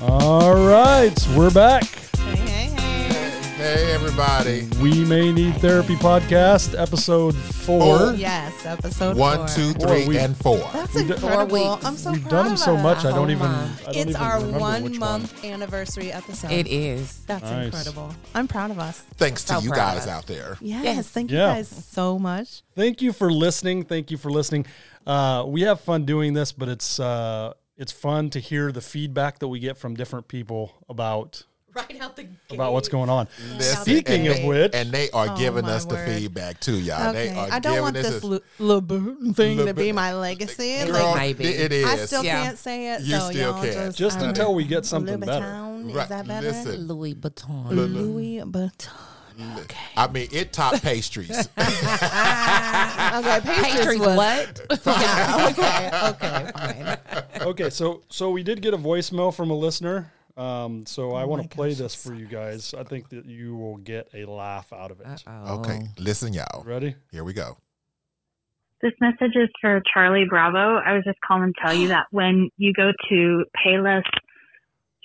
All right, we're back. Hey, hey, hey. Hey, everybody. We May Need Therapy podcast, episode four. Four. Yes, episode One, four. two, Four three, weeks. and four. That's We've done- four incredible. weeks. I'm so We've proud done them of so us. much, I Oh don't even. my. I don't It's even our remember one which month anniversary episode. It is. That's Nice. incredible. I'm proud of us. Thanks to So you proud guys of us. out there. Yes, Yes. thank Yeah. you guys so much. Thank you for listening. Thank you for listening. Uh, we have fun doing this, but it's uh, it's fun to hear the feedback that we get from different people about Right out the gate. about what's going on. Listen, Speaking and of they- which, and they are Oh, giving my us the word. feedback too, y'all. Okay, They are I don't giving want us this a- lu- little boot thing Little to be bit- my legacy. girl, Like, Maybe. it it is. I still Yeah. can't say it. You so still y'all can't. Just, Just I don't until know. we get something better. Louboutin, Right, Is that better? listen. Louis Vuitton. Louis Vuitton. I mean, it top pastries. Okay, pastries Pastries, was what? yeah, okay, okay, fine. okay, so so we did get a voicemail from a listener. Um, Oh so I want to play this for you guys. I think that you will get a laugh out of it. okay, listen, y'all. Ready? Here we go. This message is for Charlie Bravo. I was just calling to tell you that when you go to Payless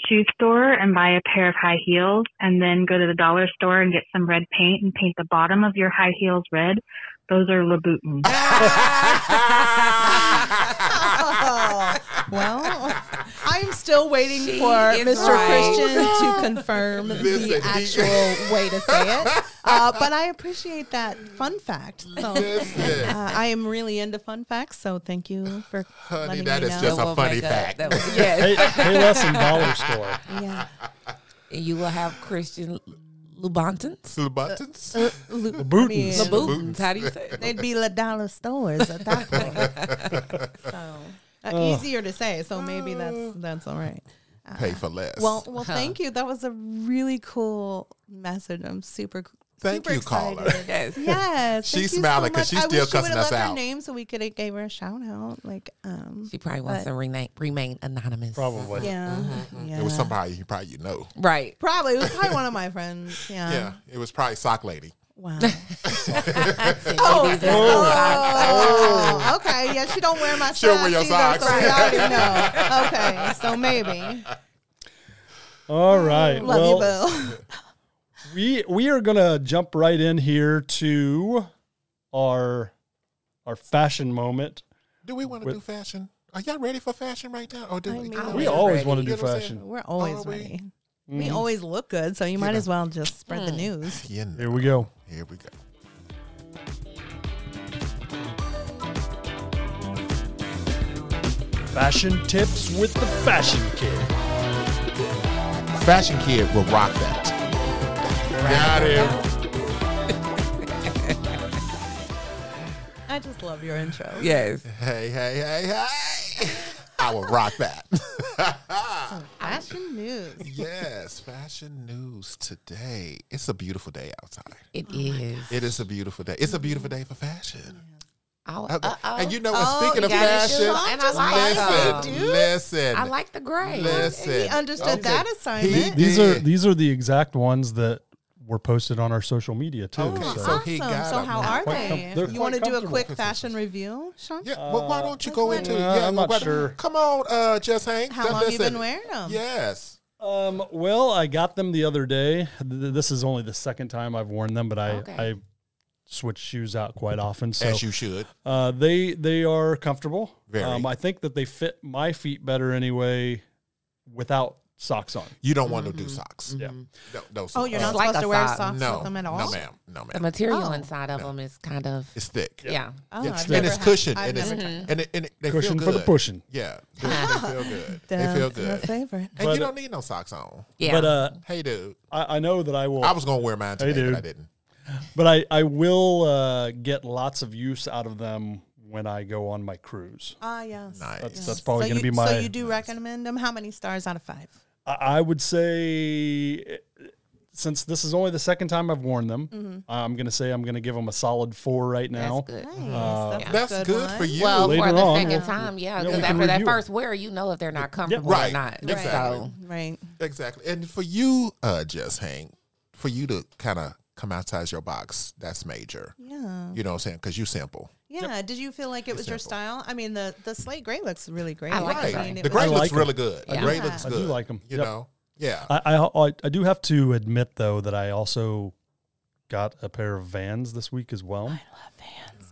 shoe store and buy a pair of high heels and then go to the dollar store and get some red paint and paint the bottom of your high heels red, those are Labutin. Oh, well, I'm still waiting She for is Mr. right. Christian to confirm Listen, he- the actual way to say it. Uh, but I appreciate that fun fact. So, uh, Listen, I am really into fun facts, so thank you for honey, letting that me is know. just That a will funny make fact. that will- yes. Hey, hey, lesson dollar store. yeah. And you will have Christian Lubantins. Two buttons. Uh, Lu- Bootins. I mean, Labutins. How do you say it? They'd be the dollar stores at that point. so uh, easier to say. So maybe that's that's all right. Pay for less. Well, well, thank you. That was a really cool message. I'm super, Thank super you, excited. caller. Yes. Yes, She's thank you smiling 'cause much. she's I wish still you cussing would've us left Her out. name, so we could have gave her a shout out. Like, um, She probably wants But- to remain, remain anonymous. Probably. yeah, yeah. Uh-huh. it was somebody you probably you know. Right. Probably it was probably one of my friends. Yeah. Yeah, it was probably sock lady. Wow. Oh, oh, okay. Yeah, she don't wear my socks. She'll wear your either, socks. So we already know. Okay, so maybe All right. love well, you, boo. we we are gonna jump right in here to our our fashion moment. Do we want to With- do fashion? Are y'all ready for fashion right now? Or do I we? mean- We Always always ready. want to do You know what I'm saying? fashion. We're always we? ready. We always look good, so you might as well just spread the news. You know. Here we go. Here we go. Fashion tips with the fashion kid. Fashion Kid will rock that. Got him. I just love your intro. Yes. Oh Hey, hey, hey, hey. I will rock that. Fashion news. yes, fashion news today. It's a beautiful day outside. It is. It is a beautiful day. It's a beautiful day for fashion. Oh, Okay. uh-oh. Uh, And you know what? Oh, Speaking of you got your fashion, shoes listen, on and I like them. listen. I like the gray. Listen. He understood Okay. that assignment. He did. These are Yeah. these are the exact ones that were posted on our social media too. Okay, so- so- he awesome. got so them. how They're are quite com- they? they're quite you want to do a comfortable. quick fashion review, Sean? Yeah, but why don't you go into? Uh, yeah, I'm not why- sure. Come on, uh, just hang. How Just long you listen. been wearing them? Yes. Um, well, I got them the other day. Th- This is only the second time I've worn them, but I Okay. I switch shoes out quite often. So As you should. Uh, they they are comfortable. Very. Um, I think that they fit my feet better anyway, without socks on. You don't want to do socks. Mm-hmm. Mm-hmm. Yeah. No, no socks. Oh, you're not like supposed a to wear sock. socks no, with them at all. No, ma'am. No, The ma'am. material Oh. inside of them is kind of, It's thick. yeah. Oh, It's- I've and never it's had- cushioned. I've and, it's, never had and, it, and it, they Cushion feel for good. the pushing. Yeah, they, they feel good. they them. feel My good. favorite. And But- you don't need no socks on. Yeah. But uh, Hey, dude. I, I know that I will. I was gonna wear mine Hey, today, dude. but I didn't. but I I will uh, get lots of use out of them when I go on my cruise. Ah, yes. Nice. That's Yes. that's probably so going to you- be my. So you do recommend them? How many stars out of five? I, I would say. eh, Since this is only the second time I've worn them, I'm going to say I'm going to give them a solid four right now. that's good. Nice. that's, a Uh, That's good, one. for you. Well, Later for the on. second time, yeah, Yeah, because we can after that review it. first wear, you know if they're not comfortable Right. or not. Exactly. So, Right. exactly. And for you, uh, just hang. For you to kind of come outside your box, that's major. Yeah. You know what I'm saying? Because you simple. Yeah. Did you feel like it was your Example. style? I mean, the the slate gray looks really great. I like it. I mean, Right. it The was- gray looks like 'em. really good. The Yeah. gray Yeah. looks I good. do like 'em. You Yep. know? Yeah. I, I I do have to admit though that I also got a pair of Vans this week as well. I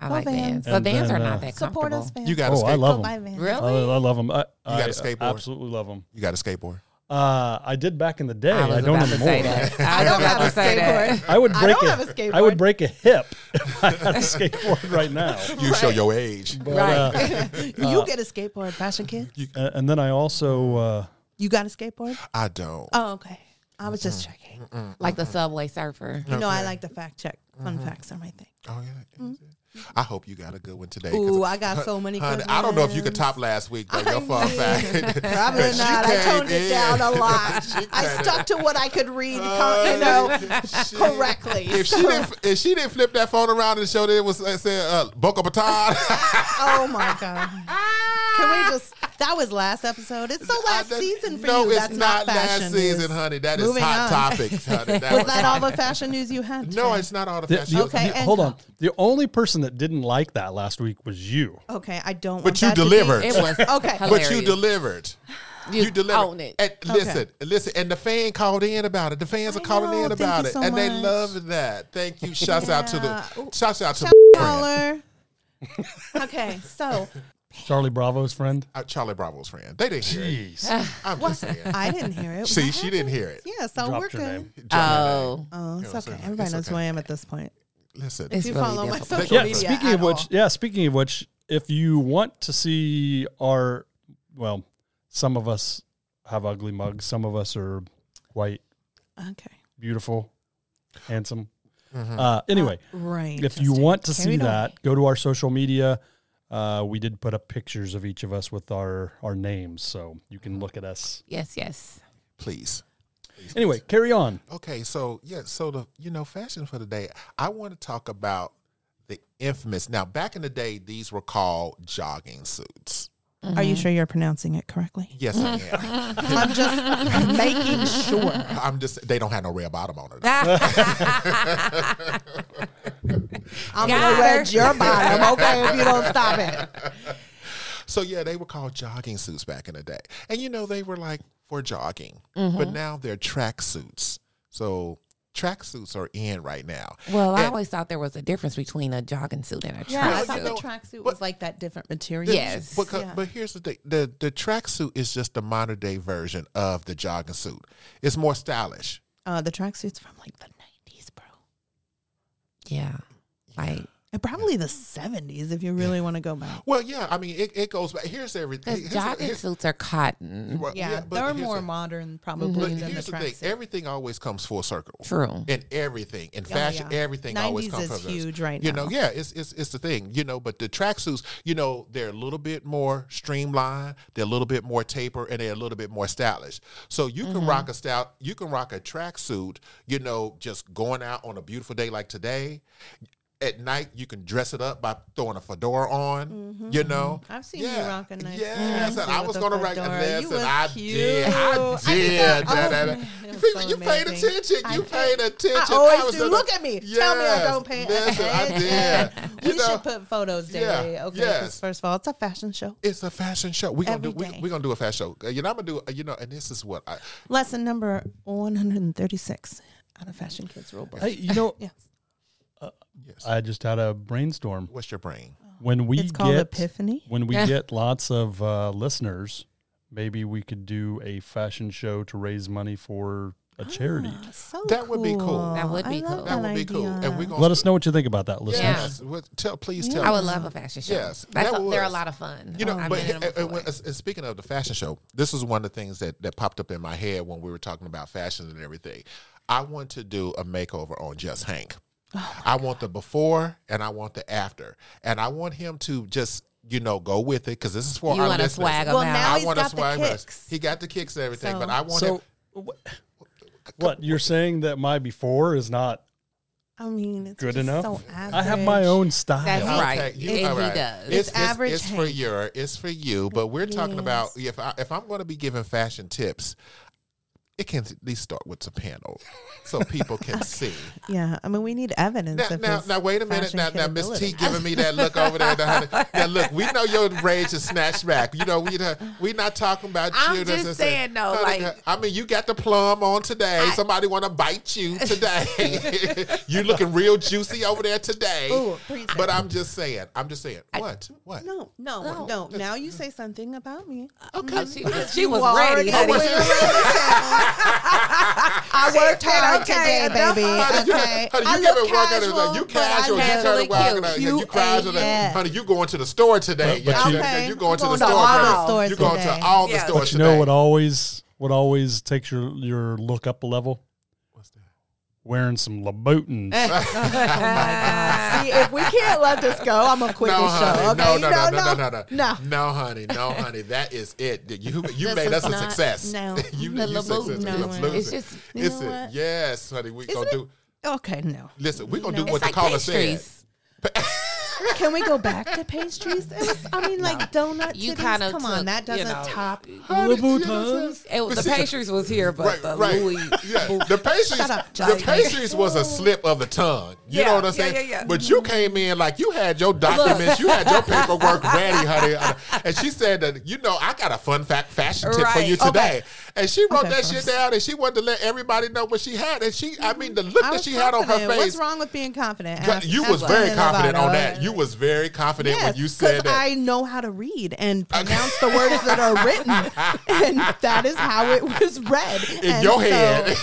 Oh, like Vans. Vans. But And Vans then, are uh, not that Support comfortable. us, Vans. you got a Oh, I skateboard. love Go buy them. Vans. I, Really? I love them. I, I got a skateboard? Absolutely love them. You got a skateboard. Uh, I did back in the day. I I, was don't about to anymore. say that. I, I was don't about have a to say that. skateboard. I would I break don't a, have a I would skateboard. break a hip if I had a skateboard right now. You show your age. But, Right. uh, you get a skateboard, fashion kid. and, and then I also uh, You got a skateboard? I don't. Oh, okay. I was just checking. Like the subway surfer. You know, I like to fact check. Fun facts are my thing. Oh yeah. I hope you got a good one today. 'cause Ooh, I got so many. Honey, I don't know if you could cousins. top last week though. Your fun fact. Probably She not. I came toned it in. down a lot. She I came stuck to what I could read, co- you know, She- correctly. Oh. If she didn't, if she didn't flip that phone around and show that it was uh, said uh, Boca Raton, Oh my god! Can we just? That was last episode. It's so last I did- season for no, you. it's That's not, fashion last news. season, honey. That is Moving hot on. topics, honey. That Was was that hot. all the fashion news you had? No, today? it's not all the the- fashion. the- Okay, the- and hold co- on. The only person that didn't like that last week was you. Okay, I don't. But want you that to be- delivered. It was Okay. hilarious. But you delivered. You, delivered. own it. And listen, listen, and the fan called in about it. The fans I are calling know, in thank about you it, so and they much. love that. Thank you. Shouts out to Yeah. Ooh. the. Shouts out to Shout friend, caller. okay, so Charlie Bravo's friend. uh, Charlie Bravo's friend. They didn't hear it. Jeez. I'm just saying. I didn't hear it. See, What she didn't hear happened? it. Yeah, so Dropped we're your good. name. Oh, Oh, it's Yeah, it's okay. okay. Everybody It's knows who okay. I am at this point. Listen, it's If you really follow my difficult. social Yeah, Yeah, media, speaking uh, at of which, all. yeah, speaking of which, if you want to see our well, some of us have ugly mugs, some of us are white, okay, beautiful, handsome. Uh, anyway, right. if you want to see Carried away. that, go to our social media. Uh, we did put up pictures of each of us with our our names, so you can look at us. yes, yes. please. Please, Anyway, carry on. Okay, so yeah, so the you know fashion for the day. I want to talk about the infamous. Now, back in the day, these were called jogging suits. Are you sure you're pronouncing it correctly? Yes, I am. I'm just making sure. I'm just. They don't have no red bottom on it. I'm Got gonna her. wedge your bottom, okay, if you don't stop it. So yeah, they were called jogging suits back in the day, and you know they were like for jogging, but now they're track suits. So track suits are in right now. Well, I And- always thought there was a difference between a jogging suit and a Yeah, I tracksuit. thought the know, tracksuit but- was like that different material. Yes. But, co- Yeah. but here's the thing: the the tracksuit is just the modern day version of the jogging suit. It's more stylish. Uh, the tracksuit's from like the 90s, bro. Yeah. Like And probably the 70s if you really want to go back. Well, yeah, I mean it, it goes back. Here's everything. because Here's- jogging here's- suits are cotton. well, Yeah, but they're here's more the- Mm-hmm. modern But probably than the here's the, thing: tracksuit. everything always comes full circle. True. in everything in Oh, fashion yeah. everything always 90s comes is from those. huge right you now. know yeah it's, it's it's the thing you know but the tracksuits you know they're a little bit more streamlined they're a little bit more taper and they're a little bit more stylish so you Mm-hmm. can rock a stout you can rock a tracksuit you know just going out on a beautiful day like today at night you can dress it up by throwing a fedora on Mm-hmm, you know I've seen you rock a nice yes tracksuit and i with was a gonna rock fedora. listen, You was i did i cute. I thought- did Da, oh, da, da. man, it was People, so you paid amazing. attention I you did. paid attention I always was do. gonna- Look at me. Tell me I Yes, don't pay listen, I attention. did. We You know, should put photos yeah, daily, okay? 'Cause yes. first of all, it's a fashion show. it's a fashion show. We're gonna Every do we, day. we gonna do a fashion show. You know, I'm gonna do you know, and this is what I Lesson number 136 out of Fashion Kids Rulebook. Hey, you know, uh, Yes. yes. I just had a brainstorm. What's your brain? When we It's get called Epiphany. when we get lots of uh, listeners, maybe we could do a fashion show to raise money for a charity. Ah, so That would be cool. That would be I love cool. That would be cool. And we idea. gonna Let us know what you think about that, listeners. Yes. What- Tell please tell I would love a fashion show. Yes, That's that a, they're a was. lot of fun. Oh, You know, I'm but in them and, and, for when- it. and speaking of the fashion show, this is one of the things that, that popped up in my head when we were talking about fashion and everything. I want to do a makeover on Just Hank. Oh, I want the before and I want the after, and I want him to just you know go with it because this is for You our wanna listeners. swag 'em Well, out. now I he's want to got the swag us. kicks. He got the kicks and everything, So- but I want him. So, wh- what you're saying that my before is not I mean, it's good just enough? So I have my average. own style. That's Okay, right. you- and all right. he does. It's, It's average It's, for Hank. your. It's for you. But we're talking about if I if I'm going to be giving fashion tips, it can at least start with some panel so people can see. Yeah, I mean, we need evidence. Now, of now, his now, wait a minute. fashion Now, now, Miss T capability. giving me that look over there. Now, honey. Now, look, we know your rage is snatched back. You know, we the- we not talking about I'm you. just This is- saying, though, honey, like- I mean, you got the plum on today. Somebody want to bite you today. you looking real juicy over there today. Ooh, preach it. but I'm just saying. I'm just saying. What? What? No, no, no, Now you say something about me. Uh, Okay. She, was- she You was were ready, "Oh, already honey. aware. I worked hard okay, today, enough baby. Honey, you, Okay, honey, you I give it look work out of casual, You but casual, you I turn look around, cute. and uh, you, You you casual. ain't yet. Honey, you going to the store today? But- but yeah, you- yeah, Okay. you going to I'm the going to store? all the girl. stores you going today. to all the Yeah. stores But You know today. what always what always takes your your look up a level? What's that? Wearing some Louboutins. Eh. Oh, See, if we can't let this go, I'm gonna quit no, this show. honey, okay, no, You no, no, don't no, know? no, no, no, No. no, honey, no, honey. That is it. You, you This made is us a not- success. no. you, The you Labutin, success. no. Let's lose It's it. just- you It's know it. what? Yes, honey. We gonna Isn't do. Okay, no. Listen, we gonna do No. what It's the like caller said. pastries. Can we go back to pastries? It was- I mean, like donut. You You kind of come on, that doesn't you know, top. Louboutins. It was, the pastries was here, but Right, the right. Louis. Yeah, the pastries, Shut up, the Johnny. pastries was a slip of the tongue. You Yeah, know what yeah, I'm saying? yeah, yeah. But Mm-hmm. you came in like you had your documents, you had your paperwork ready, honey. And she said that you know I got a fun fact fashion tip for Right. you today. Okay. And she wrote Okay, that shit first. down, and she wanted to let everybody know what she had. And she, I mean, the look Mm-hmm. I that was she had on her confident. face. What's wrong with being confident? And God, I- You that's was what very I confident love on about that. it. You was very confident Yes, when you said because that. I know how to read and pronounce the words that are written, and that is how it was read in And your so- head.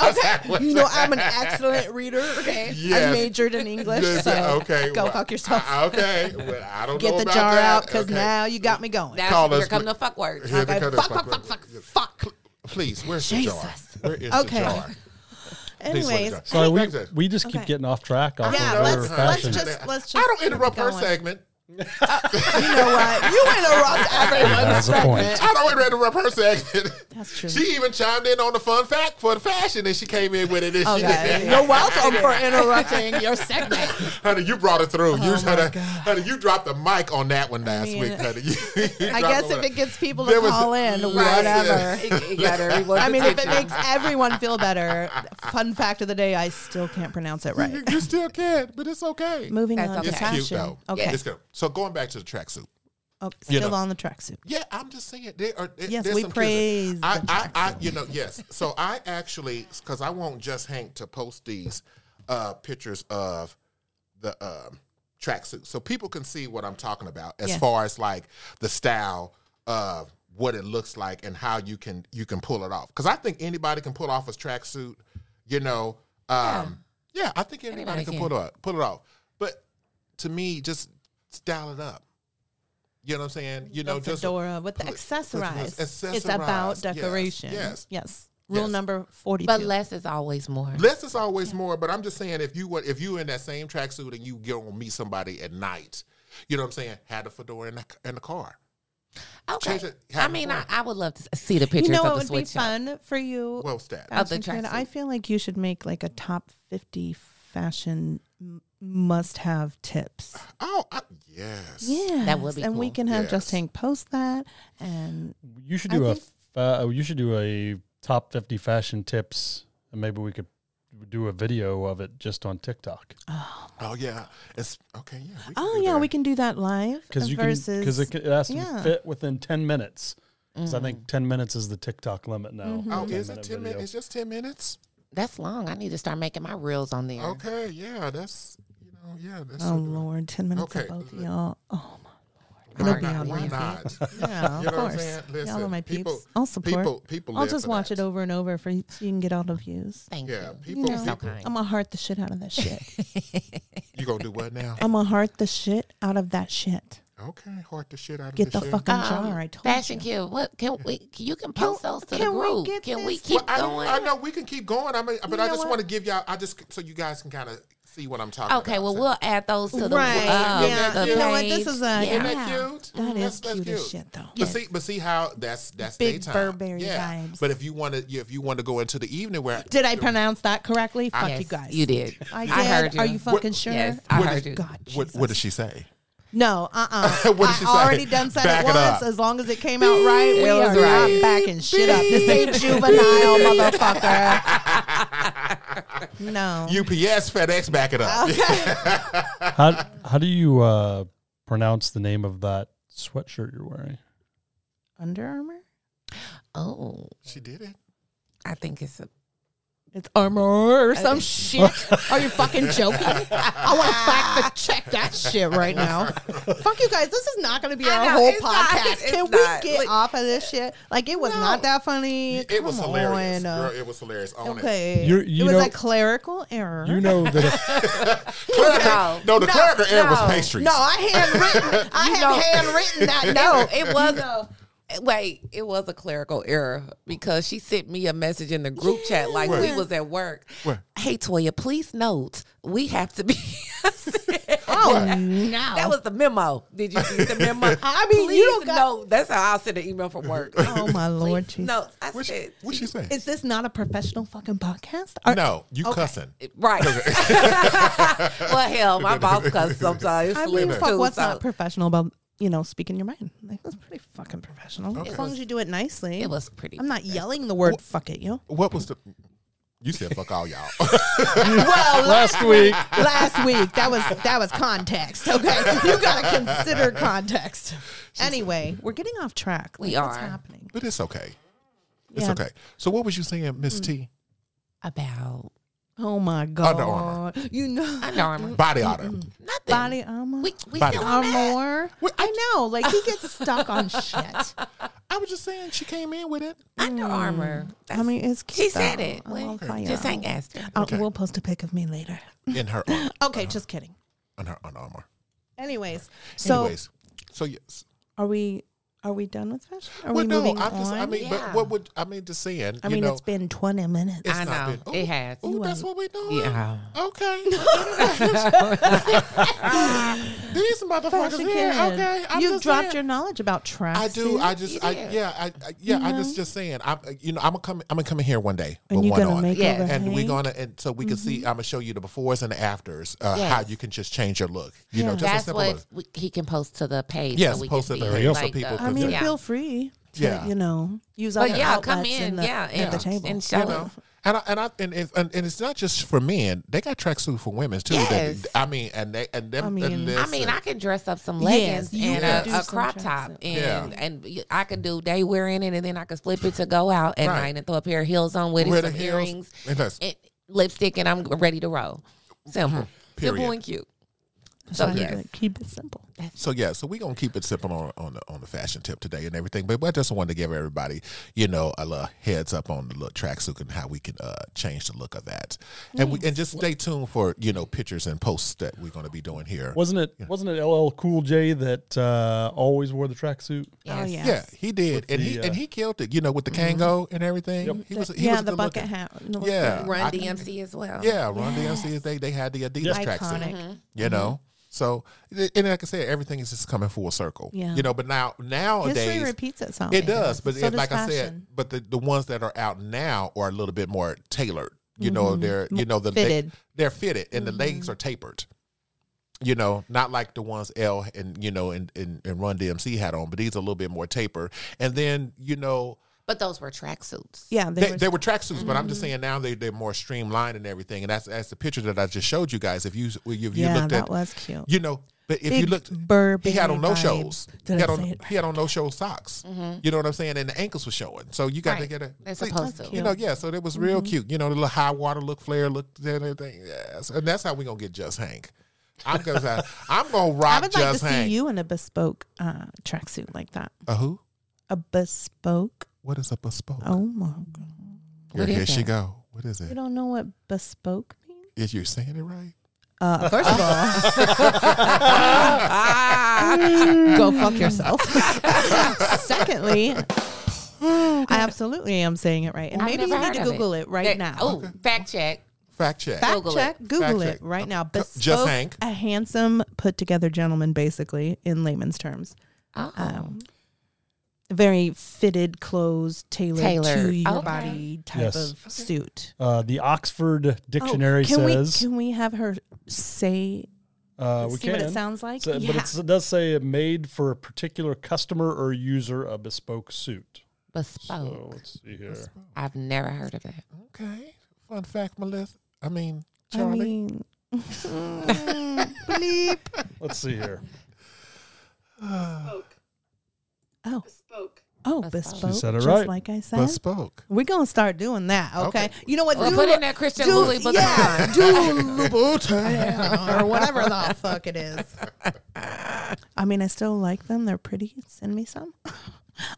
Okay, you know I'm an excellent reader. Okay, Yes. I majored in English, Yes, so okay. go well, fuck yourself. I- okay. Well, I don't Get know the about jar that. out because Okay. now you got me going. Now Call here us, come but- the fuck words. Here they Okay, come. fuck, Fuck, fuck, fuck, fuck, fuck. fuck. Please, where's the jar? Jesus. Where is Okay. the jar? Please, where is Anyways, the jar? Sorry, we, Back to- we just keep Okay. getting off track off Yeah, of let's- her let's fashion. just- let's I don't just interrupt keep her going. segment. you know what? You interrupt everyone's That's a point. segment. I don't interrupt her segment. That's true. She even chimed in on the fun fact for the fashion, and she came in with it. And she Okay, did that. you're welcome for interrupting your segment. honey, you brought it through. you, Oh my honey, God. honey, you dropped the mic on that one last mean, week, honey. You- you I dropped guess the if mic. it gets people There to was- call in, Right, yeah. whatever. It, it got everyone. I mean, if it attention. makes everyone feel better, fun fact of the day, I still can't pronounce it right. You- you still can, but it's okay. Moving That's on to okay. It's cute fashion. though. Okay. It's good. So going back to the tracksuit. Oh, You still know. on the tracksuit. Yeah, I'm just saying. There are, there- Yes, there's we some cues. praise I, the I, I, you know, yes. So I actually, because I want just Hank to post these uh, pictures of the um, tracksuit, so people can see what I'm talking about as Yes. far as like the style of what it looks like and how you can you can pull it off. Because I think anybody can pull off a tracksuit. You know, um, yeah. I think anybody, Anybody can, can. pull it off, pull it off. But to me, just style it up. You know what I'm saying? You know, the just fedora with the pl- accessorize. accessorize. It's about Yes, decoration. yes, Yes. Rule yes. number 42. but less is always more. Less is always more, but I'm just saying if you were if you in that same tracksuit and you go and meet somebody at night, you know what I'm saying? Had a fedora in the, in the car. Okay. Change it. Have I it mean, for I, it. I would love to s- see the pictures you know of what the would be sweatshirt. fun for you? Well, stat. Of the Fashion Creator? tracksuit. I feel like you should make like a top 50 fashion m- must have tips. Oh, I, yes. Yeah. would be And we cool. can have Yes. Just Hank post that and You should I do a think- fa- uh, you should do a top fifty fashion tips, and maybe we could do a video of it just on TikTok Oh, yeah. It's okay. Yeah. we can Oh do yeah, that. we can do that live because you can versus because it, can- it has to yeah. Mm. fit within ten minutes. Because I think ten minutes is the TikTok limit now. Mm-hmm. Oh, is it minute 10 video. minutes? It's just 10 minutes? That's long. I need to start making my reels on there. Okay. Yeah. That's, you know, yeah. That's Oh Lord, ten minutes Okay, of both of let- y'all. Oh Why It'll be not? on Why YouTube. not? yeah, You of know what I'm course. saying? Listen, y'all are my peeps. people- I'll support. people- people I'll live just for watch that. it over and over for you, so you can get all the views. Thank Yeah. you. People, know. So people kind. I'm gonna heart the shit out of that shit. you going to do what now? I'm gonna heart the shit out of that shit. Okay. Heart the shit out of Get the this shit. fucking Um, jar. I told Fashion you. Kill, what can we? can- You can post those to the can we group. get can we this- keep I, going? I know we can keep going. I mean, but You I know just what? want to give y'all. I just so you guys can kind of see what I'm talking Okay, about. well, So- we'll add those to the Right. uh, yeah. the You know what? page. This is a Isn't yeah. yeah. that cute? That That's- is that's cute as cute. shit though. But see, but see how that's that's Big daytime. Burberry yeah. vibes. But if you want to, if you want to go into the evening where Did I pronounce that correctly? Fuck Yes, you guys. You did. I did. heard you. Are you fucking sure? Yes, I What heard did- you. God, what, Jesus. what does she say? No, uh uh What did I she say? already done said Back it it up. once. As long as it came out right, we are was not right. backing shit up. This ain't juvenile, motherfucker. No. UPS, FedEx, back it up. How how do you uh, pronounce the name of that sweatshirt you're wearing? Under Armour? Oh, she did it. I think it's a It's Armour or some some shit. shit. Are you fucking joking? I want to fact check that shit right now. Fuck you guys. This is not going to be I our know, whole it's not. podcast. It's Can we not. get Like- off of this shit? Like it was No. not that funny. It was Come hilarious. on. uh, Girl, it was hilarious. On it. Okay. You're- you it was know- a clerical error. You know that if, Clerical- no, the No, clerical error was no. pastries. no, I handwritten. I You had know- handwritten that no, note. it was a Eh, wait, it was a clerical error because she sent me a message in the group chat like we Right. was at work. Right. Hey Toya, please note we have to be. I said, Oh no, That was the memo. Did you see the memo? I mean, you don't Please got- note. That's how I send an email from work. Um, Oh my lord, Jesus. No, I What she, said what she say? Is this not a professional fucking podcast? Are- no, you cussing. right. well, hell, my boss cuss sometimes. I mean, Slim, fuck, too, what's so not professional about you know speaking your mind? Like that's pretty fucking professional. As long as you do it nicely. It was pretty. I'm not yelling the word "fuck" at you. What was the? You said fuck all y'all. Well, last week last week that was that was context. Okay, you gotta consider context. Anyway, we're getting off track. We Like, what's are. happening. but it's okay. It's Yeah. Mm. okay. So what was you saying, Miss T? about Oh my god! Under Armour. You know, Under Armour. Body odor. Nothing. body armor. We, we Body still on that? armor. I know, like he gets stuck on shit. I was just saying she came in with it. Under Mm. Armour. I mean, it's cute. she said though. it. I Well, love how Just you- ain't asked her. I'll- We'll post a pic of me later. In her arm, Okay, just kidding. on her on armor. Anyways, so Anyways, so yes. are we are we done with fashion? Are well, we no, moving I'm just. on? I mean, Yeah. but what would I mean? Just saying. I you mean, know, it's been 20 minutes. it's I not know, been- it ooh, has. Ooh, You that's ain't- what we doing. Yeah. Okay. These motherfuckers Fashion here. kid. Okay. I'm You've just dropped saying. your knowledge about tracksuit. I do. I just. I, Yeah. yeah. I, I yeah. I just just saying. I'm. uh, You know. I'm gonna come. I'm gonna come in here one day and with you're one gonna on. make Yeah. over and we're Hank? gonna and so we can see. I'm gonna show you the befores and the afters. Uh, How Mm-hmm. Yes. you can just change your look. You know, Yeah. just a That's simple what look. we, he can post to the page. Yes, so we post can it to see the page so like people the- I can- mean, yeah. feel free. To, Yeah. you know, use But other yeah, outlets come in, the, yeah, at and, the table. and show You know. And I, and I and, it's- and and it's not just for men. They got tracksuit for women too. that- Yes. I mean, and they and them. I mean- and I this mean, and- I can dress up some Yes, leggings you and can a- do a, some crop dress top, up. and Yeah. and y- I can do day wear in it, and then I can flip it to go out at Right. night and throw a pair of heels on with Wear it, the some heels. earrings, And that's- and lipstick, and I'm ready to roll. Simple, Mm-hmm. Period. simple and cute. Oh, So Try to yes, keep it simple. So yeah, so we're gonna keep it simple on on the, on the fashion tip today and everything, but, but I just wanted to give everybody, you know, a little heads up on the little tracksuit and how we can uh, change the look of that, and we and just stay tuned for you know pictures and posts that we're gonna be doing here. wasn't it wasn't it LL Cool J that uh, always wore the tracksuit? Oh, yes. yeah. Mm-hmm. yeah, he did, and he the, uh, and he killed it, you know, with the Kango and everything. He was, he yeah, was the good bucket looking. hat. No, Yeah, Run Uh, I- DMC as well. Yeah, Run DMC. They they had the Adidas tracksuit. Iconic. You know. So and like I said, everything is just coming full circle. Yeah. You know, but now nowadays History repeats itself. Oh, It does, but So it, does like I said, fashion. but the, the ones that are out now are a little bit more tailored. You know, they're you know the Mm-hmm. Fitted. Mm-hmm. They, are fitted and the legs are tapered. You know, not like the ones L and you know and, and, and Run DMC had on, but these are a little bit more taper. And then you know but those were tracksuits. yeah, they, they, were, Mm-hmm. they were tracksuits, but I'm just saying now they they're more streamlined and everything. And that's that's the picture that I just showed you guys. If you if you yeah, looked that at was cute. you know, but if you Big looked, Burberry he had on no vibes. shows. Did he I had on say it he had on no show socks. You know what I'm saying? And the ankles were showing. So you got to Mm-hmm. Right. get a They're see, supposed That's to. You know, yeah. So that was real Mm-hmm. cute. You know, the little high water look, flare look, and everything. Yes, and that's how we gonna get Just Hank. I'm gonna I'm gonna I rock would like Just to Hank. see you in a bespoke uh, tracksuit like that. A who? A bespoke. What is a bespoke? Oh my god! Here, What is here she that? go. What is You it? don't know what bespoke means? Is you saying it right? Uh, first of all, Ah. go fuck yourself. Secondly, I absolutely am saying it right, and I've maybe you never need to heard of Google it, right That- now. Oh, fact check. Fact check. Fact Google check, it. Google Fact it check. right now. Bespoke, Hank. a handsome, put together gentleman, basically in layman's terms. Oh, Um, very fitted clothes, tailored, to Tailored. your Okay. body type Yes. of suit. Uh, the Oxford Oh, Dictionary can says we can we have her say Uh, we See can. what it sounds like? So- But yeah. it's, it does say it made for a particular customer or user a bespoke suit. So Bespoke. let's see here. I've never heard of that. Okay. Fun fact, Melissa. I mean, I Charlie. mean, mm, bleep. Let's see here. Oh. Oh, Bespoke. bespoke. said it just right. like I said. but spoke. We're going to start doing that, okay? Okay. You know what? Well, do- put in that Christian do- Louis Vuitton. Yeah, do Louboutin or whatever the fuck it is. I mean, I still like them. They're pretty. Send me some.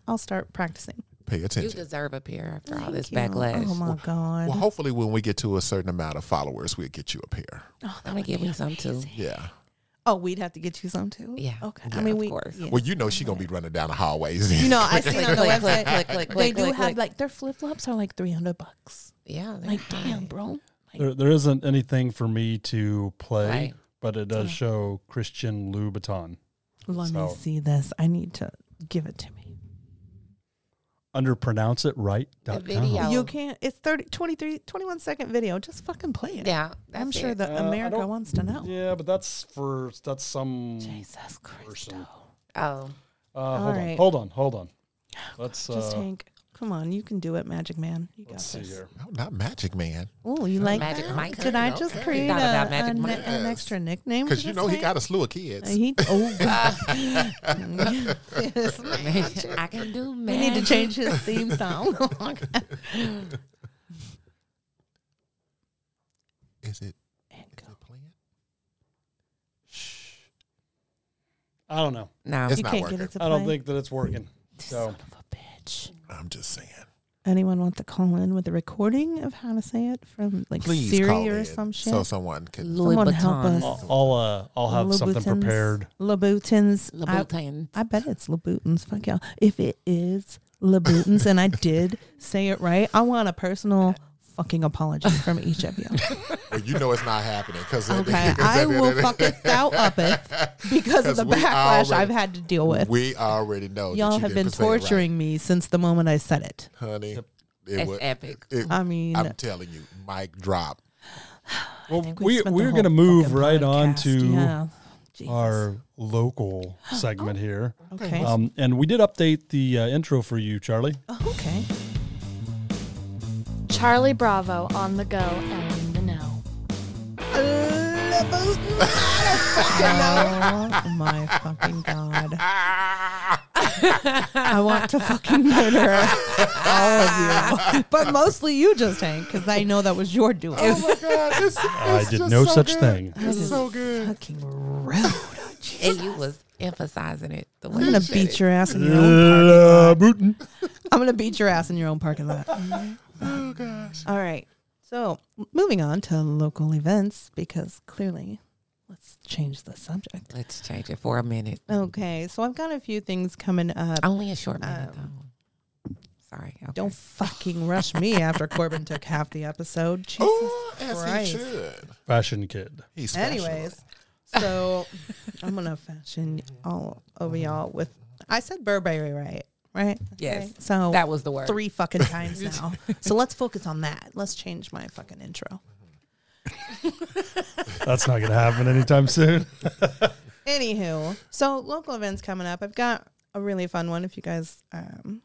I'll start practicing. Pay You attention. deserve a pair after all Thank Ah, this you. backlash. Oh, my God. Well, hopefully, when we get to a certain amount of followers, we'll get you a pair. oh, that I'm gonna would give be me some too. amazing. Yeah. Oh, we'd have to get you some too? Yeah. Okay. I Yeah, mean, of we. course. yeah. Well, you know she's gonna be running down the hallways. you know, I seen on the Click, click, website. click, click, click, they do click, have click. like their flip flops are like three hundred bucks. Yeah, they're Like, high. damn, bro. There, there isn't anything for me to play, Right. but it does show Christian Louboutin Let me So- see this. I need to give it to me. under The video. pronounceitright.com. Oh. You can't. It's 30, 23, 21 second video. Just fucking play it. Yeah, that's I'm sure it. that Uh, I America don't- wants to know. Yeah, but that's for that's some. Jesus Christ. Oh, Uh, hold on, right. Oh, hold on, hold on. Let's Just uh, Hank. Come on, you can do it, Magic Man. You got let's see this. here. I'm not Magic Man, Oh, you like Magic that? Mike. Did I just Okay. create a, Thought about Magic a ne- Mike. an Yes. extra nickname? because for you this know he man? got a slew of kids. He, oh, God. Yes, man. I can do we math. need to change his theme song. and Is it? Is go. it playing? I don't know. No, It's You not can't working. get it to I don't play? think that it's working. So Son of a bitch. I'm just saying. Anyone want to call in with a recording of how to say it from like Please call Siri or in some shit? so someone can. Louis Someone help Vuitton. us. I'll I'll, uh, I'll have something Louboutins- prepared. Louboutins. I, Louboutin. I bet it's Louboutins. Fuck y'all. If it is Louboutins and I did say it right, I want a personal fucking apology from each of you. Well, you know it's not happening because Okay. I will fucking thou up it because of 'Cause the we backlash already- I've had to deal with. We already know. that y'all you have been didn't say it right, torturing me since the moment I said it. honey. It That's would, epic. it- I mean, I'm telling you, mic drop. Well, think we've we spent the we're whole gonna move fucking right on podcast. to Yeah. Jesus. Oh. our local segment here. Okay. Um, and we did update the uh, intro for you, Charlie. Oh, okay. Charlie Bravo on the go and in the know. Oh my fucking god. Ah. Oh I want to fucking murder all of you. But mostly you just Hank, because I know that was your doing. Oh my god! It's, I did no such thing. It's so good. fucking rude. And you was emphasizing it the way I'm you gonna said beat it. your ass in your own parking lot. I'm gonna beat your ass in your own parking lot. Oh gosh. All right. So moving on to local events, because clearly let's change the subject. Let's change it for a minute. Okay, so I've got a few things coming up. Only a short minute though. Sorry. Okay. Oh. Don't fucking rush me after Corbin took half the episode. Jesus Oh, as Christ. he should. Fashion kid. He's Anyways, so I'm gonna fashion all over y'all with. I said Burberry right, right? Yes. Okay, So That was the word. three fucking times now. so let's focus on that. Let's change my fucking intro. That's not gonna happen anytime soon. Anywho, so local events coming up. I've got a really fun one. If you guys, um,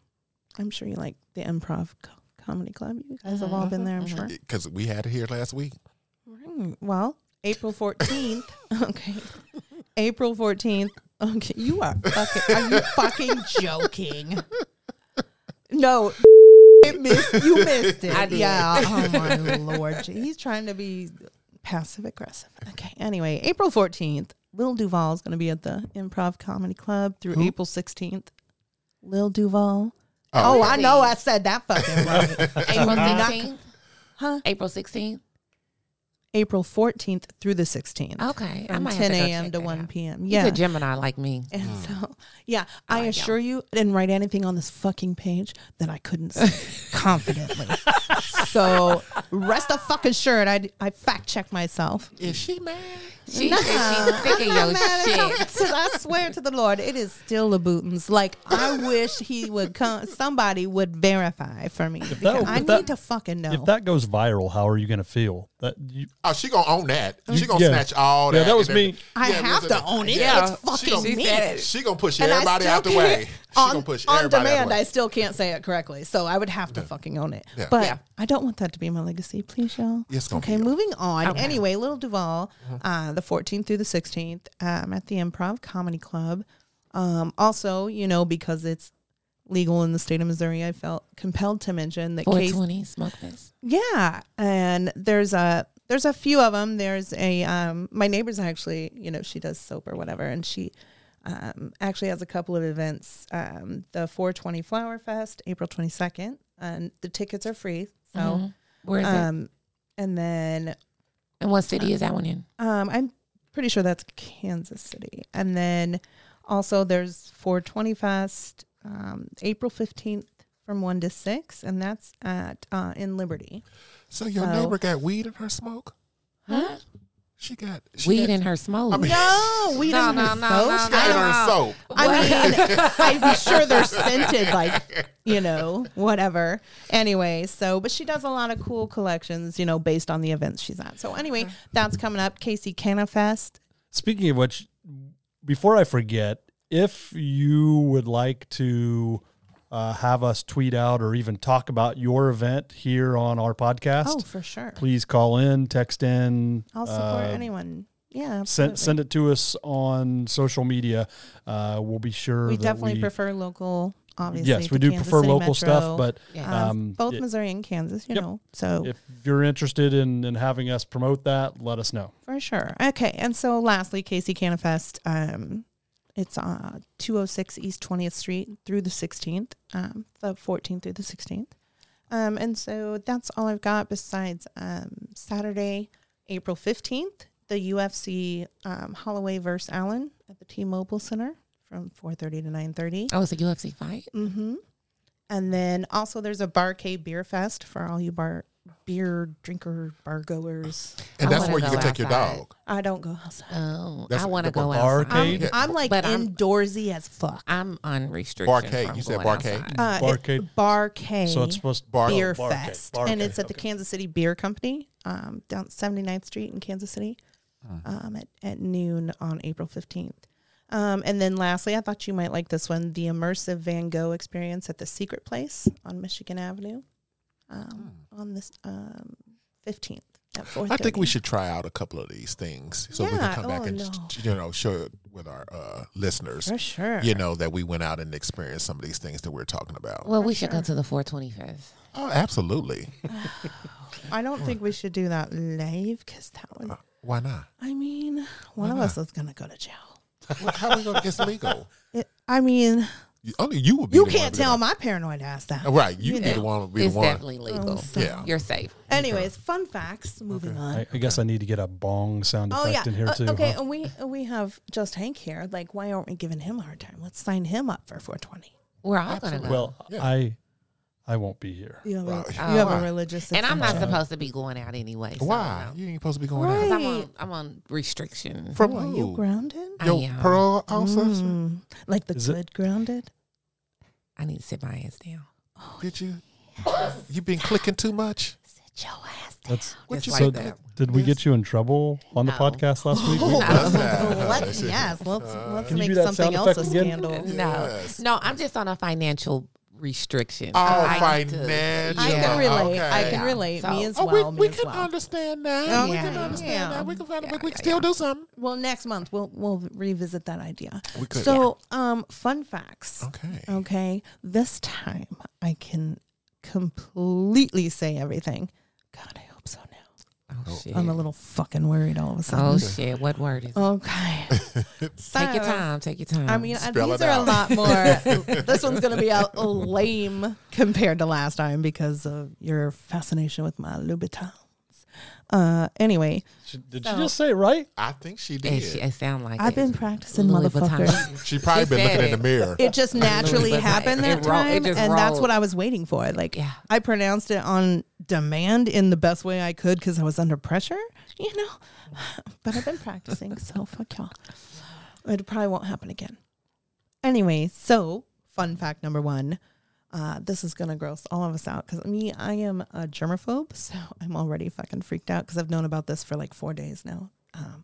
I'm sure you like the Improv co- Comedy Club. You guys have all been there, I'm Mm-hmm. sure. Because we had it here last week. Mm, Well, April 14th. Okay. April 14th. Okay. You are fucking. Are you fucking joking? No. It missed, you missed it. I did. Yeah. Oh, my Lord. He's trying to be passive aggressive. Okay. Anyway, April 14th. Lil Duval is going to be at the Improv Comedy Club through April 16th. Lil Duval. Oh, I know I said that fucking right. April You're not- sixteenth. Huh? April sixteenth. April 14th through the 16th. Okay. from I might have 10 to go a.m. check to that 1 out. p.m. He's Yeah. a Gemini like me. And Hmm. so, yeah, I assure you, I didn't write anything on this fucking page that I couldn't say confidently. So, rest the fucking shirt. I, I fact checked myself. Oh, Is she mad? She said she's sick of your shit. Because I swear to the Lord, it is still Laboutins. Like, I wish he would come, somebody would verify for me. because I if that- need to fucking know. If that goes viral, how are you gonna feel? That you, Oh, she gonna own that. She gonna Yeah. snatch all that. Yeah, that was and everything. me. I Yeah, have was to own it. Yeah. That's fucking gonna- me. She said it. She gonna push And I everybody still out the can't- way. She on, gonna push on everybody demand, out I still can't say it correctly, so I would have to fucking own it. Yeah. But Yeah. I don't want that to be my legacy, please, y'all. Yes, it's gonna be Uh-huh. okay, yours. moving on. Anyway, Little Duval, uh, the 14th through the 16th, um, at the Improv Comedy Club. Um, also, you know, because it's legal in the state of Missouri, I felt compelled to mention that Case 420 smoke this. yeah, and there's a there's a few of them. There's a um, my neighbor's actually, you know, she does soap or whatever, and she um, actually has a couple of events. Um, the 420 Flower Fest, April 22nd, and the tickets are free. So, Where is it? um, and then And what city is that one in? um, I'm pretty sure that's Kansas City, and then also there's 420 Fest, um, April 15th from one to six, and that's at uh, in Liberty. So your So- neighbor got weed in her smoke. Huh? She got she Weed got- in her smoke. I mean- No, we No, don't. no, have no, soap. no, no. got in her soap. I mean, I'm sure they're scented, like you know, whatever. Anyway, so but she does a lot of cool collections, you know, based on the events she's at. So anyway, Uh-huh. that's coming up. Casey Canna Fest. Speaking of which, before I forget, if you would like to uh, have us tweet out or even talk about your event here on our podcast, Oh, for sure. please call in, text in, I'll support uh, anyone. Yeah, send, absolutely. send it to us on social media. Uh, we'll be sure we that definitely we, prefer local. Obviously, yes, we to do Kansas prefer City local Metro, stuff, but um, um, both i- Missouri and Kansas, you Yep. know. So if you're interested in, in having us promote that, let us know. For sure. Okay. And so lastly, Casey Canifest, um, it's uh, 206 East 20th Street through the 16th, um, the 14th through the 16th. Um, and so that's all I've got besides um, Saturday, April 15th, the UFC um, Holloway versus Allen at the T-Mobile Center from 4.30 to 9.30. Oh, it's a UFC fight. Mm-hmm. And then also there's a Barcade Beer Fest for all you bar beer drinker, bar goers. And I that's wanna where you go can take your outside. dog. I don't go outside. Oh, That's I a- want to that's a go barcade? outside. Yeah. I'm like But I'm- indoorsy as fuck. I'm on restriction. Barcade. from You said going barcade? outside. Uh, Barcade. Bar K. So it's supposed to Bar- Beer Barcade, Fest, and Barcade, it's at the okay. Kansas City Beer Company, um, down 79th Street in Kansas City, um, at, at noon on April 15th. Um, and then lastly, I thought you might like this one: the immersive Van Gogh experience at the Secret Place on Michigan Avenue, um, on this um, 15th at 4:30. Hmm. I think we should try out a couple of these things so we can Yeah, come back oh, and no. you know share it with our uh, listeners. for sure. You know that we went out and experienced some of these things that we're talking about. Well, we should go to the 420 fest. oh, absolutely. I don't think we should do that live because that one. Why not? I mean, one of us is gonna go to jail. Well, How are we gonna it's legal? It, I mean. You- Only you would be. You the can't one tell my paranoid ass that. Gonna, right, you, you would be know. the one. Would be It's the one. definitely Oh, legal. Yeah. You're safe. Anyways, fun facts. Moving on. I, I guess I need to get a bong sound oh effect yeah. in here Uh, too. okay, huh? and we and we have just Hank here. Like, why aren't we giving him a hard time? Let's sign him up for 420. We're all going oh, to go. Well, I I won't be here. You have, a, Wow. you have Why? a religious. and I'm not exemption. supposed to be going out anyway. So Why? no. You ain't supposed to be going Right. 'Cause out. I'm on, I'm on restriction. From Are who? you grounded? I Your am. parole officers? Oh. Mm, like the Is it- good grounded. I need to sit my ass down. Did you? You been clicking too much? Sit your ass down. That's What Just you like so. that. Did we Yes. get you in trouble on the No. podcast last week? No. does that? let's Oh, yes, let's let's Can you do make that something sound else a effect again? scandal. No, Yes. no, I'm just on a financial restriction. Oh, I need to- financial. I Yeah. can relate. I Okay. can relate. So- me as Oh, well. we, we me as can well. understand that. Oh, We can yeah. understand Yeah. that. We can find out, but Yeah, we can yeah, still do something. Well, next month we'll we'll revisit that idea. We could. So, um, fun facts. Okay. Okay, this time I can completely say everything. God, I hope so now. Oh, shit. I'm a little fucking worried all of a Oh, sudden. shit. What word is it? okay. So, Take your time. Take your time. I mean, uh, Spell these it are a out. lot more. this one's going to be a, a lame compared to last time because of your fascination with my Louboutins. Uh, anyway, Did So- you just say it right? I think she it, did. sh- She, it sound like I've it. been practicing, Louis motherfucker. Vuitton. probably been She said looking in the mirror. It just naturally Louis Vuitton. happened that It ro- time, it just and that's rolled. what I was waiting for. Like, Yeah. I pronounced it on demand in the best way I could because I was under pressure, you know. But I've been practicing, so fuck y'all. It probably won't happen again. Anyway, so fun fact number one: Uh, this is going to gross all of us out because me, I am a germaphobe. So I'm already fucking freaked out because I've known about this for like four days now. Um,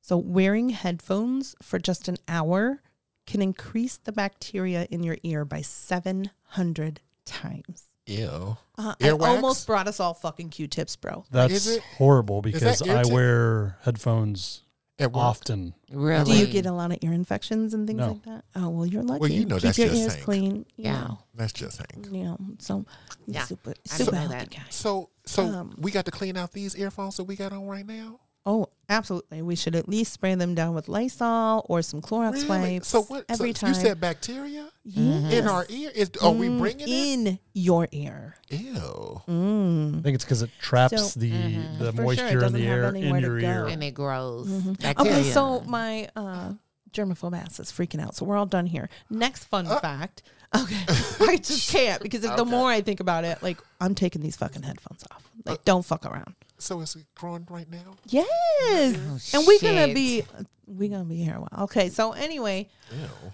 so wearing headphones for just an hour can increase the bacteria in your ear by 700 times. Ew. Uh, I Earwax? almost brought us all fucking Q-tips, bro. That's Is it- horrible that because I irritating? wear headphones At work. often. Really? Do you get a lot of ear infections and things No. like that? Oh well, you're lucky. you know Keep that's your just ears zinc. clean. Yeah. That's just Hank. You know, so yeah. Yeah, super, I super know healthy that. guy. So, so Mm. Um, we got to clean out these earphones that we got on right now. Oh, absolutely. We should at least spray them down with Lysol or some Clorox Really? wipes. So what? so Every time you said bacteria Yes. in our ear? Is are we Mm, bringing it? in your ear? Ew. I think it's because it traps So- uh-huh. the the Mhm. For sure, it moisture in doesn't the have air anywhere in to your go. ear. And it grows. Mm-hmm. Okay, Bacteria. so my uh, germaphobe ass is freaking out. So we're all done here. Next fun fact. Okay, I just can't because if the more I think about it, like I'm taking these fucking headphones off. Like, don't fuck around. So is it growing right now? Yes, and we're gonna shit. be we're gonna be here a while. Okay, so anyway,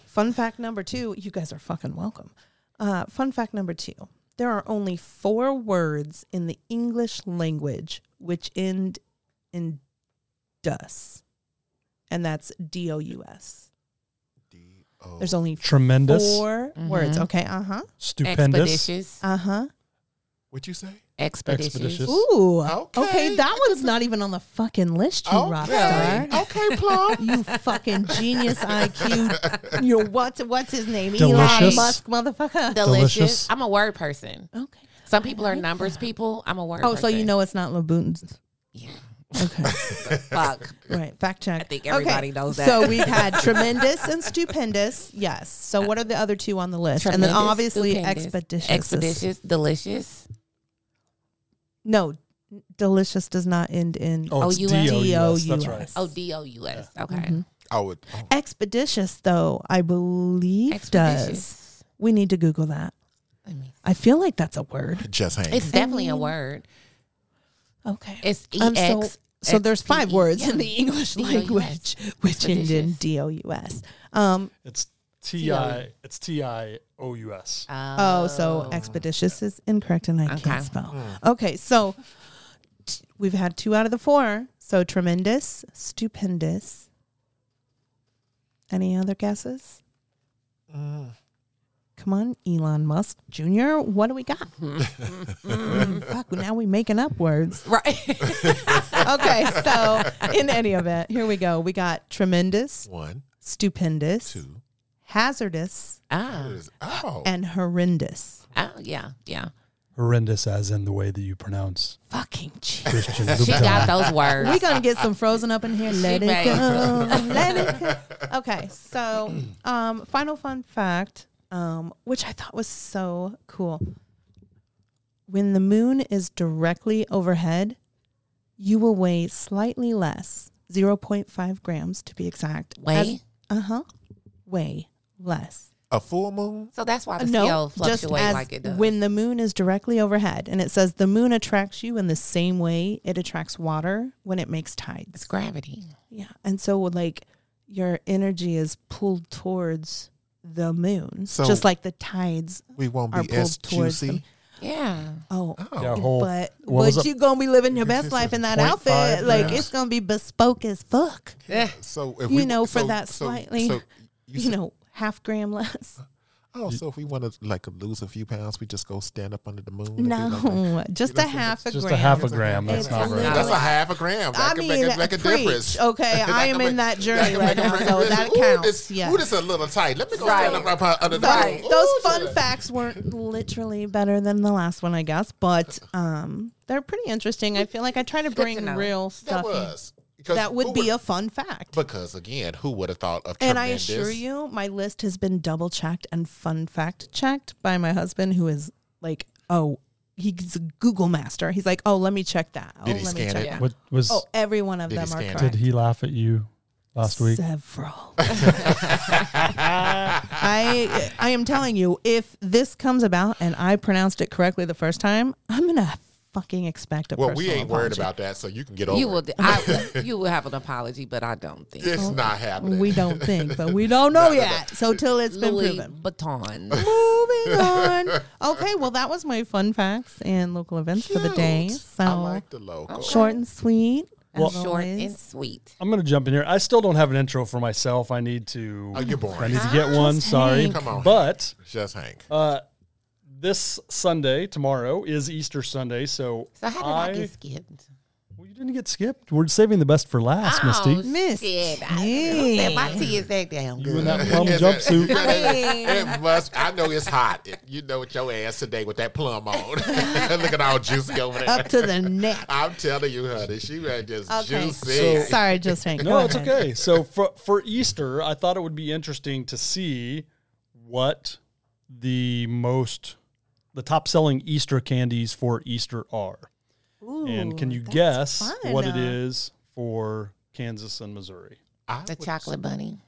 fun fact number two. You guys are fucking welcome. Uh, fun fact number two. There are only four words in the English language which end in dus, and that's d o u s. D O. There's only Tremendous, 4 words. Okay. Uh huh. stupendous. expeditious. Uh huh. What'd you say? Expeditious. Expeditious. Ooh. Okay. Okay. that one's not even on the fucking list, you rock Okay. star. Okay, Plum. You fucking genius IQ. You what's what's his name? Elon Delicious. Musk, motherfucker. Delicious. Delicious. I'm a word person. Okay. Some people I are like numbers that. people. I'm a word Oh, person. so you know it's not Laboon's. Yeah. Okay. Fuck. Right. Fact check. I think everybody knows that. So we've had tremendous and stupendous. Yes. So what are the other two on the list? and then Tremendous, obviously stupendous, expeditious. is- Expeditious. Delicious. No, delicious does not end in Oh, it's O-U-S? D-O-U-S. That's right. D-O-U-S. Oh, D O U S. Okay. Mm-hmm. I would. oh, Expeditious, though, I believe does. Expeditious. We need to Google that. Let me- I feel like that's a word. Just hang. It's definitely a word. Okay. It's E Um, so- X. E so, there's five words in the English D O U S. language which end in D O U S. Um, It's T I. It's T I O U S. oh, so expeditious is incorrect and I Okay. can't spell. Okay, so t- we've had two out of the four. So tremendous, stupendous. Any other guesses? Come on, Elon Musk Jr. What do we got? Hmm, Fuck, now we making up words. Right. okay, so in any event, here we go. We got tremendous, One, stupendous, two. hazardous, ah. Uh, Oh, and horrendous. Oh, yeah. Yeah. Horrendous, as in the way that you pronounce Fucking cheap. Christian She got Louboutin. those words. We're gonna get some frozen up in here. Let it made- go. Let it go. Okay, so um, final fun fact, um, which I thought was so cool. When the moon is directly overhead, you will weigh slightly less, 0.5 grams to be exact. Weigh? Uh huh. Weigh less. a full moon. So that's why the No, scale just fluctuates as like it does. when the moon is directly overhead, and it says the moon attracts you in the same way it attracts water when it makes tides. it's gravity. Yeah. And so like your energy is pulled towards the moon. So- just like the tides We won't are be pulled as towards juicy. them. Yeah. Oh. Yeah, Oh, whole. But what was but it? you gonna be living your best life in that Point outfit. five like grams. it's gonna be bespoke as fuck. so if You we, know, for so- that so- slightly- so you, you know, know, half gram less. oh, so if we want to like lose a few pounds, we just go stand up under the moon. and be like- No, just a that's a- half a Just gram. a half a gram. It's That's not literally- right. That's a half a gram. That I can mean, make a, make a preach. difference. Okay, That I can am make- in that that journey can right make a now, big so difference. that Ooh, counts. This, yes. Ooh, this a little tight. Let me go stand Right. up right under the Right. Those moon. Oh, Ooh, fun shit. facts weren't literally better than the last one, I guess, but um, they're pretty interesting. I feel like I try to to bring know. real That stuff. in. was because That would who be a fun fact. because again, who would have thought of and I tremendous? assure you, my list has been double checked and fun fact checked by my husband, who is like, oh, he's a Google master. He's like, oh, let me check that. Oh, Did he let me scan check it? that. What was? Oh, every one of Did he them are scan it? correct. Did he laugh at you last week? Several. I I am telling you, if this comes about and I pronounced it correctly the first time, I'm gonna fucking expect a Well, we personal ain't worried apology. about that, so you can get over you it. will. I, you will have an apology, but I don't think It's not happening. We don't think, but we don't know No, no, no. yet. So till it's been Louis proven. Vuitton. Moving on. Okay, well that was my fun facts and local events for the day. Cute. So I like the local. short and sweet. Well, as short always. and sweet. I'm going to jump in here. I still don't have an intro for myself. I need to. Oh, you're I boring. need to get one. Sorry. Hank. Come on. But Just Hank. uh, this Sunday, tomorrow, is Easter Sunday. So, So how did I, get skipped? Well, you didn't get skipped. We're saving the best for last, Misty. Miss shit. I- T. I said My tea is that damn You good. in that plum Yes, jumpsuit. yes, yes. it must. I know it's hot. It- you know what your ass today with that plum on. Look at all juicy over there. up to the neck. I'm telling you, honey, she was just Okay. juicy. Sorry, just Hank. No, Go it's ahead. okay. So for for Easter, I thought it would be interesting to see what the most the top selling Easter candies for Easter are. and can Ooh, you that's guess fun. what it is for Kansas and Missouri? I The would- chocolate bunny.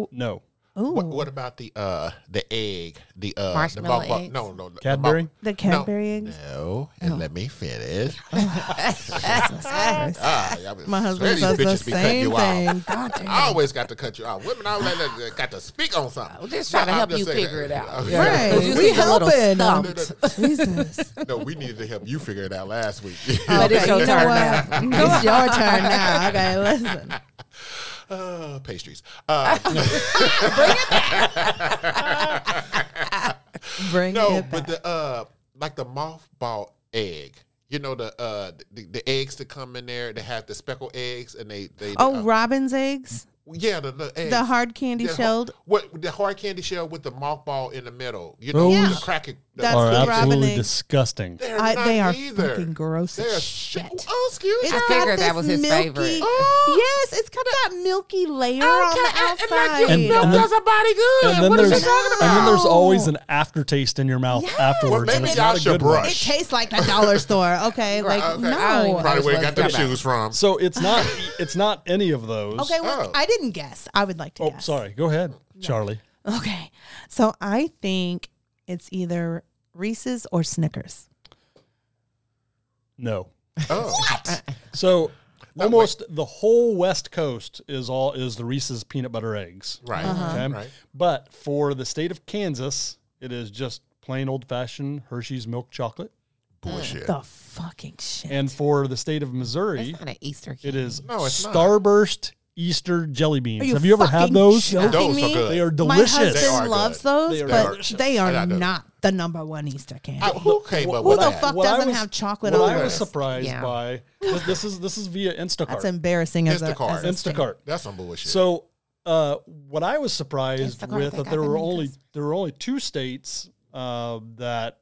No. Ooh, What, what about the uh the egg the uh Marshmallow the mo- mo- eggs? no no the- the Cadbury? mo- the Cadbury Oh. eggs. no and let me finish Ah, y'all been My husband sweating, says the bitches be cutting same you thing. off. God damn. I always got to cut you off. Women always like, got to speak on something. I'm just trying to I'm help just you saying figure it that. out. Okay. Right. Because you We seem a little helping. stumped. Jesus. No, we needed to help you figure it out last week. But it's your you know turn what? It's your turn now. Okay, listen. uh, pastries. Uh, Bring no, it back. but the uh, like the mothball egg. You know the uh the, the eggs that come in there that have the speckled eggs and they they oh, uh, robin's eggs? yeah the, the eggs The hard candy The har- shelled? what the hard candy shell with the mothball in the middle. You know Those the cracking. the- That's are the absolutely Robin eggs. disgusting. they're I- not they are either. fucking gross They're as so- shit. Oh, excuse me. It's I got figured that this was his milky- favorite. Oh! Yes, it's got that milky layer on the outside. And- milk and then- does body good. And then, there's, and then there's about? always an aftertaste in your mouth Yes. afterwards. Well, and maybe it's y'all not a should good one. it brush. tastes like a dollar store. Okay, like okay. I don't no. even Probably where you got That's what them it's about. shoes from. So it's not it's not any of those. Okay, well, Oh. I didn't guess. I would like to Oh, guess. sorry. Go ahead, Charlie. Okay, so I think it's either Reese's or Snickers. No. oh. So almost the whole West Coast is all is the Reese's peanut butter eggs. Right. Uh-huh. Okay? Right. But for the state of Kansas, it is just plain old fashioned Hershey's milk chocolate. Bullshit. The fucking shit. And for the state of Missouri, It's not an Easter it candy. is No, it's not. Starburst Easter jelly beans. Are you Have you ever fucking had those? Joking Those are me? good. They are My delicious. husband They are good. loves those, They are but delicious. they are I know. not the number one Easter candy. I, who came up Who with the that? fuck What I doesn't was- have chocolate What on I was theirs? surprised Yeah. by this, this is this is via Instacart. That's embarrassing as a, Instacart. as a state. Instacart. That's some bullshit. So, uh, what I was surprised Instacart, with they that got there them were in only this. there were only two states uh, that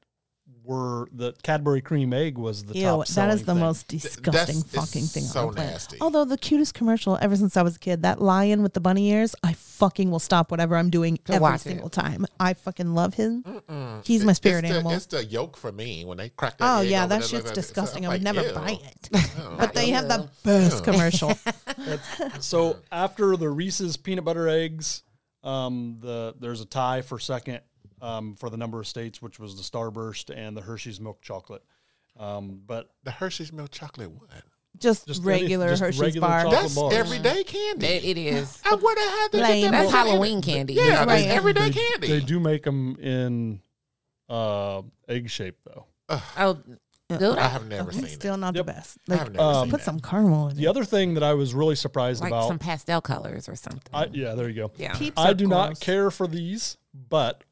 were the Cadbury cream egg was the Ew, top. that selling is the thing. most Th- disgusting that's- it's fucking thing so on the planet. nasty. Although the cutest commercial ever since I was a kid, that lion with the bunny ears, I fucking will stop whatever I'm doing To every watch single time. I fucking love him. He's my spirit it's animal. The, it's the yolk for me when they crack that oh egg yeah, open, that it shit's looks like- it's disgusting. I like, would never ew. buy it. but they have the best commercial. So after the Reese's peanut butter eggs, um, the there's a tie for second um, for the number of states, which was the Starburst and the Hershey's milk chocolate. Um, but The Hershey's milk chocolate one. Just, Just any- regular just Hershey's regular bar. chocolate. That's bars. everyday candy. It- it is. I would have had to Lame. get that That's from- Halloween candy. Yeah, Right. that's they, everyday candy. they do make them in uh, egg shape though. Oh, do I they? have never seen it. Still not the best. I Like, uh, have never Um, seen put it. some caramel in The it. other thing that I was really surprised like about, some pastel colors or something. I, yeah, there you go. yeah. Peeps I are do gross. not care for these, but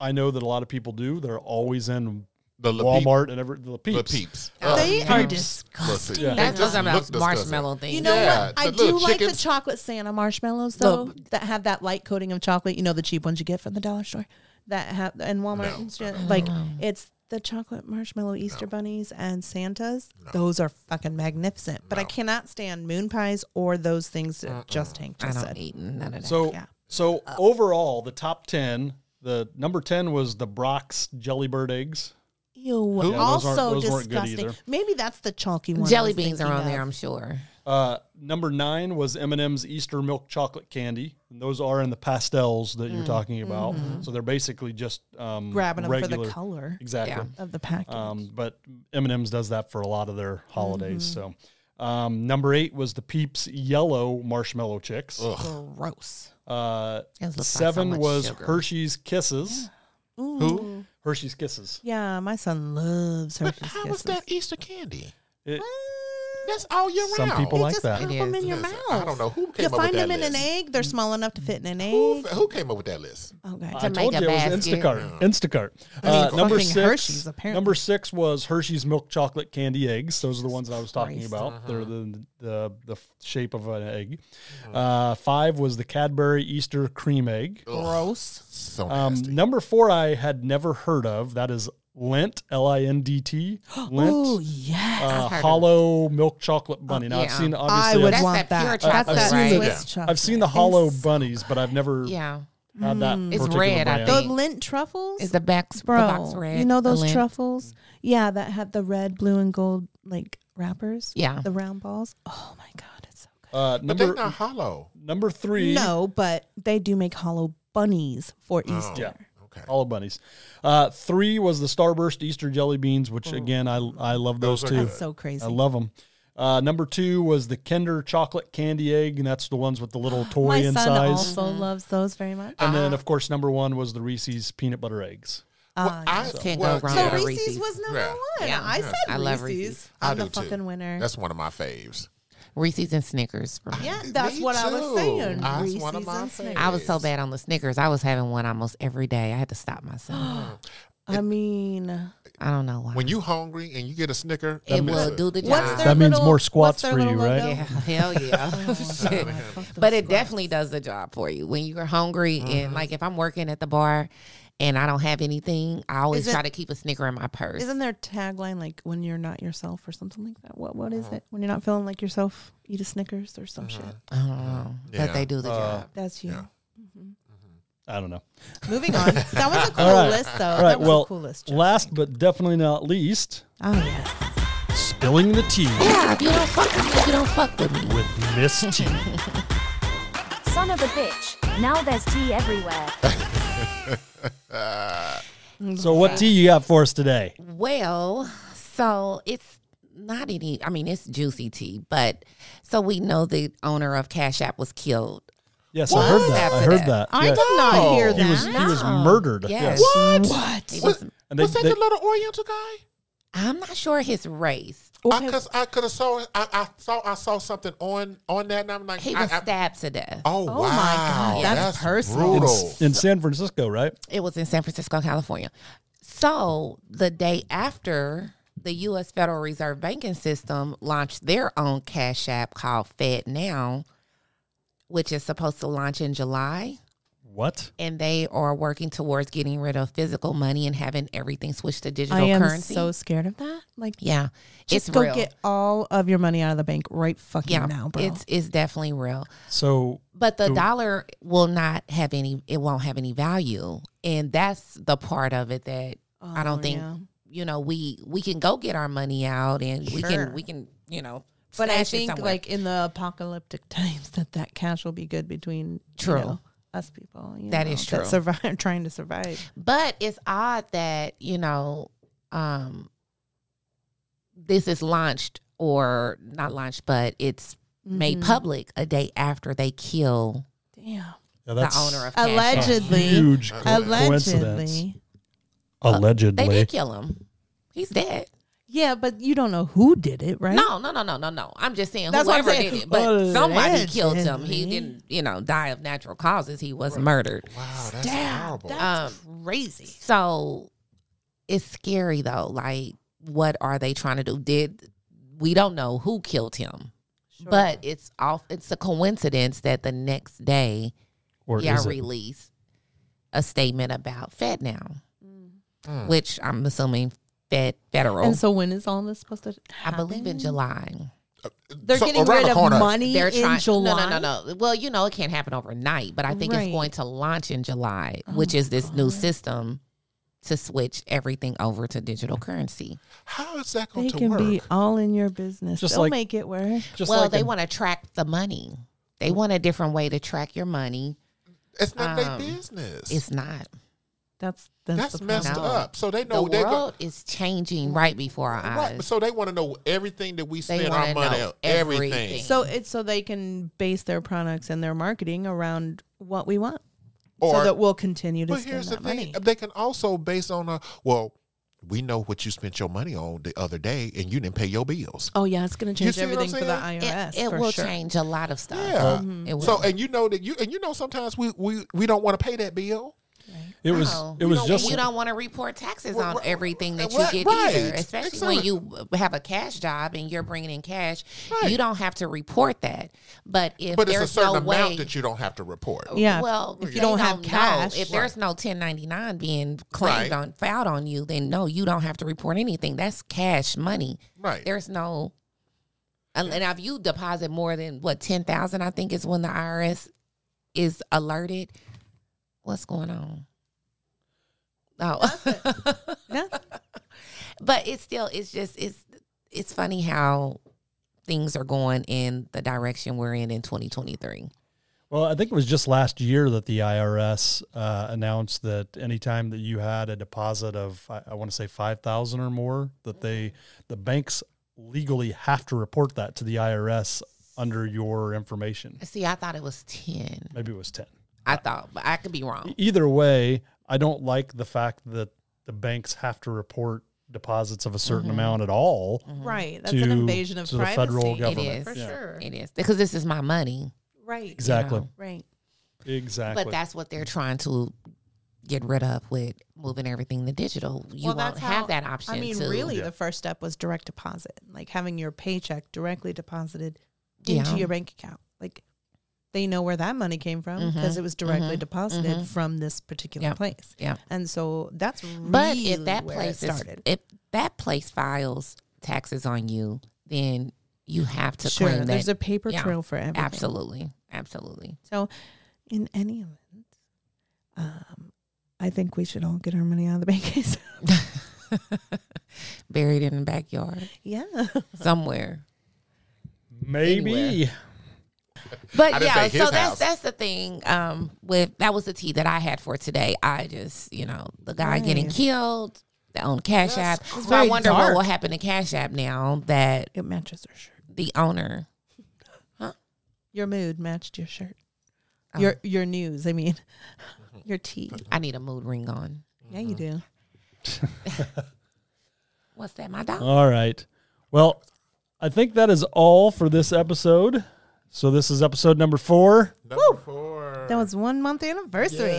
I know that a lot of people do. They're always in The La Peep- Walmart and every the La peeps. peeps. Uh, They Oh, are yeah. disgusting. Yeah. That's It those just are looks about disgusting. marshmallow things. You know Yeah, what? I the do little like the chickens. chocolate Santa marshmallows though The- that have that light coating of chocolate. You know the cheap ones you get from the dollar store that have and Walmart No, and shit. Like it's the chocolate marshmallow Easter bunnies and Santas. Those are fucking magnificent. But I cannot stand moon pies or those things that just Hank I just don't said. eat none of that. So Yeah. so overall, the top ten. The number ten was the Brock's Jellybird eggs. Ew, Yeah, those aren't- also those weren't good disgusting. either. Maybe that's the chalky one. I jelly was beans are thinking on there, of. I'm sure. Uh, number nine was M&M's Easter milk chocolate candy. And those are in the pastels that you're talking about. So they're basically just um, Mm. Mm-hmm. Grabbing 'em for the regular- color. Exactly. Yeah. of the package. Um, but M&M's does that for a lot of their holidays. So um, number eight was the Peeps Yellow Marshmallow Chicks. Gross. Uh, It looks like so seven much was sugar. Hershey's Kisses. Ooh. Who? Hershey's Kisses. Yeah, my son loves But Hershey's how is Kisses. that Easter candy? It- That's all year Some round. people You like just that. pop It them is. in your Listen, mouth. I don't know who came you up with find that them in an list. egg. They're small enough to fit in an Who, egg. Oh, who came up with that list? Okay. I make told a you it was basket. Instacart. Instacart. mean, Uh, number fucking six. Hershey's, apparently. Number six was Hershey's milk chocolate candy eggs. Those are the ones that I was talking about. They're the, the the shape of an egg. Uh, five was the Cadbury Easter cream egg. Gross. So Um, nasty. number four, I had never heard of. That is Lint, L I N D T. Oh Lint. yeah. Uh, heard of hollow milk chocolate bunny. Now I've yeah. seen I obviously. would I've, That's want that pure that. chocolate, That's right? that Swiss Yeah. chocolate. I've seen the hollow bunnies, but I've never Yeah. had that. It's particular red, I brand. The think. lint truffles. Is the box, Bro, the box red? you know the those lint? truffles? Yeah, that had the red, blue, and gold like wrappers. Yeah. the round balls. Oh my god, it's so good. Uh, but they're number not hollow. number three. No, but they do make hollow bunnies for Oh. Easter. Yeah. Okay. Oh, All the bunnies. Uh, three was the Starburst Easter jelly beans, which again I I love those, Those are too. That's so crazy. I love them. Uh, number two was the Kinder chocolate candy egg, and that's the ones with the little toy My in son size. also loves those very much. And then of course number one was the Reese's peanut butter eggs. Well, I, Can't well, go wrong So Yeah. Reese's, Reese's. was number Yeah. one. Yeah. I Yeah. said I Reese's. love Reese's. I I'm the do, too. fucking winner. That's one of my faves. Reese's and Snickers. for me. yeah, that's Me what I too. was saying. That's Reese's one of my and Snickers. I was so Yes. bad on the Snickers. I was having one almost every day. I had to stop myself. I mean, I don't know why. When you hungry and you get a Snicker, it that will means- do the job. what's their That means little- more what's squats their for little you, right? logo? Yeah, hell yeah. Shit. But it definitely does the job for you. When you're hungry and Mm-hmm. like if I'm working at the bar and I don't have anything, I always Isn't- try to keep a Snicker in my purse. Isn't their tagline like when you're not yourself or something like that? What what is Uh-huh. it? When you're not feeling like yourself, eat a Snickers or some shit. I don't know. Mm-hmm. Yeah. Uh, But they do the job. That's you. I don't know. Moving on. That was a cool right. list though. All right, that was well, a cool list. Jeff. last but definitely not least, Oh yeah. spilling the tea Yeah, if you don't fuck with me, you don't fuck with me. with Miss T. Son of a bitch. Now there's tea everywhere. so what tea you got for us today? Well, so it's not any, I mean, it's juicy tea, but so we know the owner of Cash App was killed. Yes, I heard that. I heard that. I Yeah. did not hear He that. was he was No. murdered. Yes. What? what? Was, And they- was that they- the little Oriental guy? I'm not sure his race. I cause I could have saw I, I saw I saw something on on that and I'm like He I, was I- stabbed to death. Oh, wow. my God, that's personal. brutal. In San Francisco, right? It was in San Francisco, California. So the day after the U.S. Federal Reserve banking system launched their own cash app called Fed Now, which is supposed to launch in July, What? and they are working towards getting rid of physical money and having everything switched to digital I am currency. so scared of that. Like yeah, just it's go real. get all of your money out of the bank right fucking yeah, now, bro. it's it's definitely real. So But the So- dollar will not have any. It won't have any value, and that's the part of it that I Oh, don't think yeah. you know. We we can go get our money out, and we Sure. can we can you know. But I stash it think somewhere. like in the apocalyptic times that that cash will be good between you True. know, us people. you That know, is true. That survive trying to survive. but it's odd that you know, um, this is launched or not launched, but it's made Mm-hmm. public a day after they kill Damn. yeah, that's the owner of Cash App. Allegedly. huge co- coincidence. Allegedly. They Allegedly, did kill him. He's dead. Yeah, but you don't know who did it, right? No, no, no, no, no, no. I'm just saying That's what I'm whoever saying. Oh, did it, but Allegedly. somebody killed him. He didn't, you know, die of natural causes. He was murdered. Wow, that's Damn, horrible. that's crazy. Um, So it's scary though. Like, what are they trying to do? Did we don't know who killed him, but it's off. It's a coincidence that the next day or y'all is it? released a statement about Fed now, Hmm. which I'm assuming Fed federal. Mm. And so when is all this supposed to I happen? believe in July. They're Uh, So getting around rid the of corner. money they're in trying July. no no no no well you know it can't happen overnight but i think Right. Oh it's going to launch in july which is this new system to switch everything over to digital currency. How is that They going to can work? be all in your business. Just They'll like- make it work. Just well, like they a- want to track the money. They want a different way to track your money. it's not um, their business. It's not. That's that's, That's the messed problem. No. up. So they The know they go- world is changing right before our right. eyes. So they want to know everything that we spend wanna our money know on. Everything. everything. So it's so they can base their products and their marketing around what we want, Or- so that we'll continue to But spend here's the that thing: money. they can also based on a well, we know what you spent your money on the other day, and you didn't pay your bills. Oh yeah, it's going to change see what I'm everything for the saying? IRS. it, it for will sure. change a lot of stuff. Mm-hmm. Yeah. Oh, It will. So and you know that you and you know sometimes we we, we don't want to pay that bill. it was No. it was And just Oh. you don't want to report taxes Well, on right, everything that right, you get right. either, especially Exactly. when you have a cash job and you're bringing in cash. Right. You don't have to report that. But if But it's there's a certain no amount way, that you don't have to report. Yeah. Well, if you they don't have know. cash, if there's no 1099 being claimed Right. on filed on you, then no, you don't have to report anything. That's cash money. Right. There's no. And and if you deposit more than what ten thousand, I think is when the IRS is alerted. What's going on? Oh, Yeah. but it's still it's just it's it's funny how things are going in the direction we're in in 2023. Well, I think it was just last year that the IRS uh, announced that anytime that you had a deposit of, I, I want to say five thousand or more, that they the banks legally have to report that to the IRS under your information. See, I thought it was ten. Maybe it was ten. E, I thought, but I could be wrong. Either way, I don't like the fact that the banks have to report deposits of a certain amount at all. Mm-hmm. Right. That's to- an invasion of to the privacy. federal It government. is For Yeah. sure. It is because this is my money. Right. Exactly. Yeah. Right. Exactly. But that's what they're trying to get rid of with moving everything to digital. You won't how- have that option. I mean, to- really, Yeah. the first step was direct deposit, like having your paycheck directly deposited Yeah. into your bank account. Like they know where that money came from because it was directly deposited from this particular Mm-hmm. Yep. place. Yeah. And so that's really But if that where place it is, started. if that place files taxes on you, then you have to sure, claim there's that. a paper yeah, trail for everything. absolutely, absolutely. So, in any event, um, I think we should all get our money out of the bank. Buried in the backyard yeah. somewhere. Maybe. Anywhere. But I didn't yeah, say so his that's house. that's the thing. Um, with that was the tea that I had for today. I just you know the guy getting Right. killed on Cash That's App. So I very wonder what dark. will happen to Cash App now that It matches our shirt. the owner. Your mood matched your shirt. Oh. Your your news, I mean, your tea. I need a mood ring on. Yeah, Mm-hmm. you do. What's that? My dog. All right. Well, I think that is all for this episode. So this is episode number four. Number four. That was one month anniversary.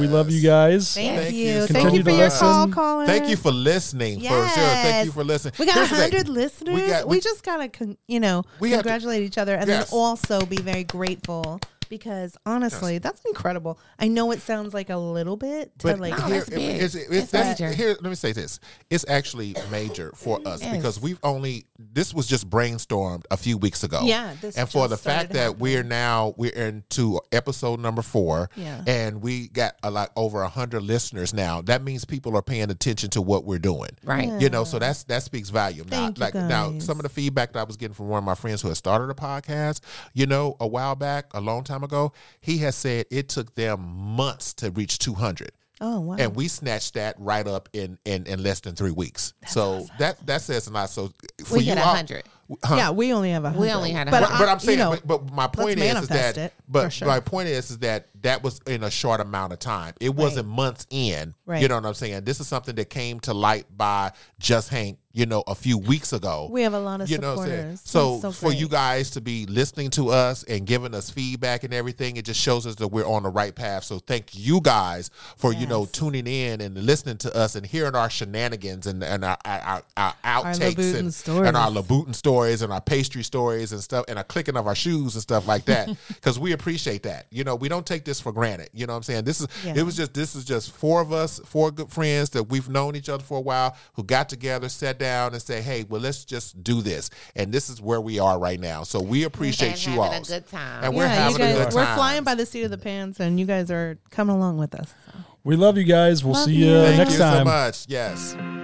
We love you guys. Thank, Thank you. you Thank so you for your much. call, Listen. caller. Thank you for listening. First, Sarah, thank you Yes. for listening. We got Here's the thing. 100 listeners. We, got- we- just got to, con- you know, We have to- congratulate each other and Yes. then also be very grateful because honestly, that's incredible. I know it sounds like a little bit to But like No, here, that's big. It's, it's, That's that's- major. here, let me say this. It's actually major for us Yes. because we've only, this was just brainstormed a few weeks ago. Yeah, this and for just the fact started that happening. we're now, we're into episode number four Yeah. and we got a lot over 100 listeners now, that means people are paying attention to what we're doing. Right. You know, so that's that speaks volume. Now, Thank you, like now, guys. some of the feedback that I was getting from one of my friends who had started a podcast, you know, a while back, a long time ago, he has said it took them months to reach 200 oh, wow. and we snatched that right up in in, in less than three weeks. so that that says a lot. So for We you hit all- hundred. huh. Yeah, we only have a We only had a But, hundred. but I'm you saying, know, but, but my point is, is manifest that, it, for but sure. my point is, is that that was in a short amount of time. It wasn't months in. You Right. know what I'm saying? This is something that came to light by just Hank, you know, a few weeks ago. We have a lot of you know what I'm saying? supporters. So, That's so for you great. guys to be listening to us and giving us feedback and everything, it just shows us that we're on the right path. So thank you guys for, you know, tuning in and listening to us and hearing our shenanigans and, and our, our, our, our outtakes Labutin and, stories. and our Labutin stories and our pastry stories and stuff and our clicking of our shoes and stuff like that. Because we appreciate that. You know, we don't take this for granted. You know what I'm saying? This is Yeah. it was just this is just four of us, four good friends that we've known each other for a while who got together, sat down and say, "Hey, well let's just do this." And this is where we are right now. So we appreciate And you all. having a good time. And we're yeah, you having guys, a good time. we're flying by the seat of the pants, and you guys are coming along with us. We love you guys. We'll Love see you you. Thank Uh, next you time. so much. Yes.